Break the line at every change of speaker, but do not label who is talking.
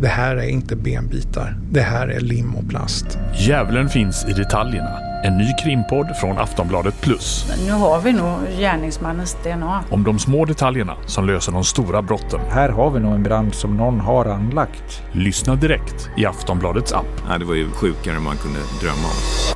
Det här är inte benbitar. Det här är lim och plast.
Djävulen finns i detaljerna. En ny krimpodd från Aftonbladet Plus.
Nu har vi nog gärningsmannens DNA.
Om de små detaljerna som löser de stora brotten.
Här har vi nog en brand som någon har anlagt.
Lyssna direkt i Aftonbladets app.
Ja, det var ju sjukare än man kunde drömma om.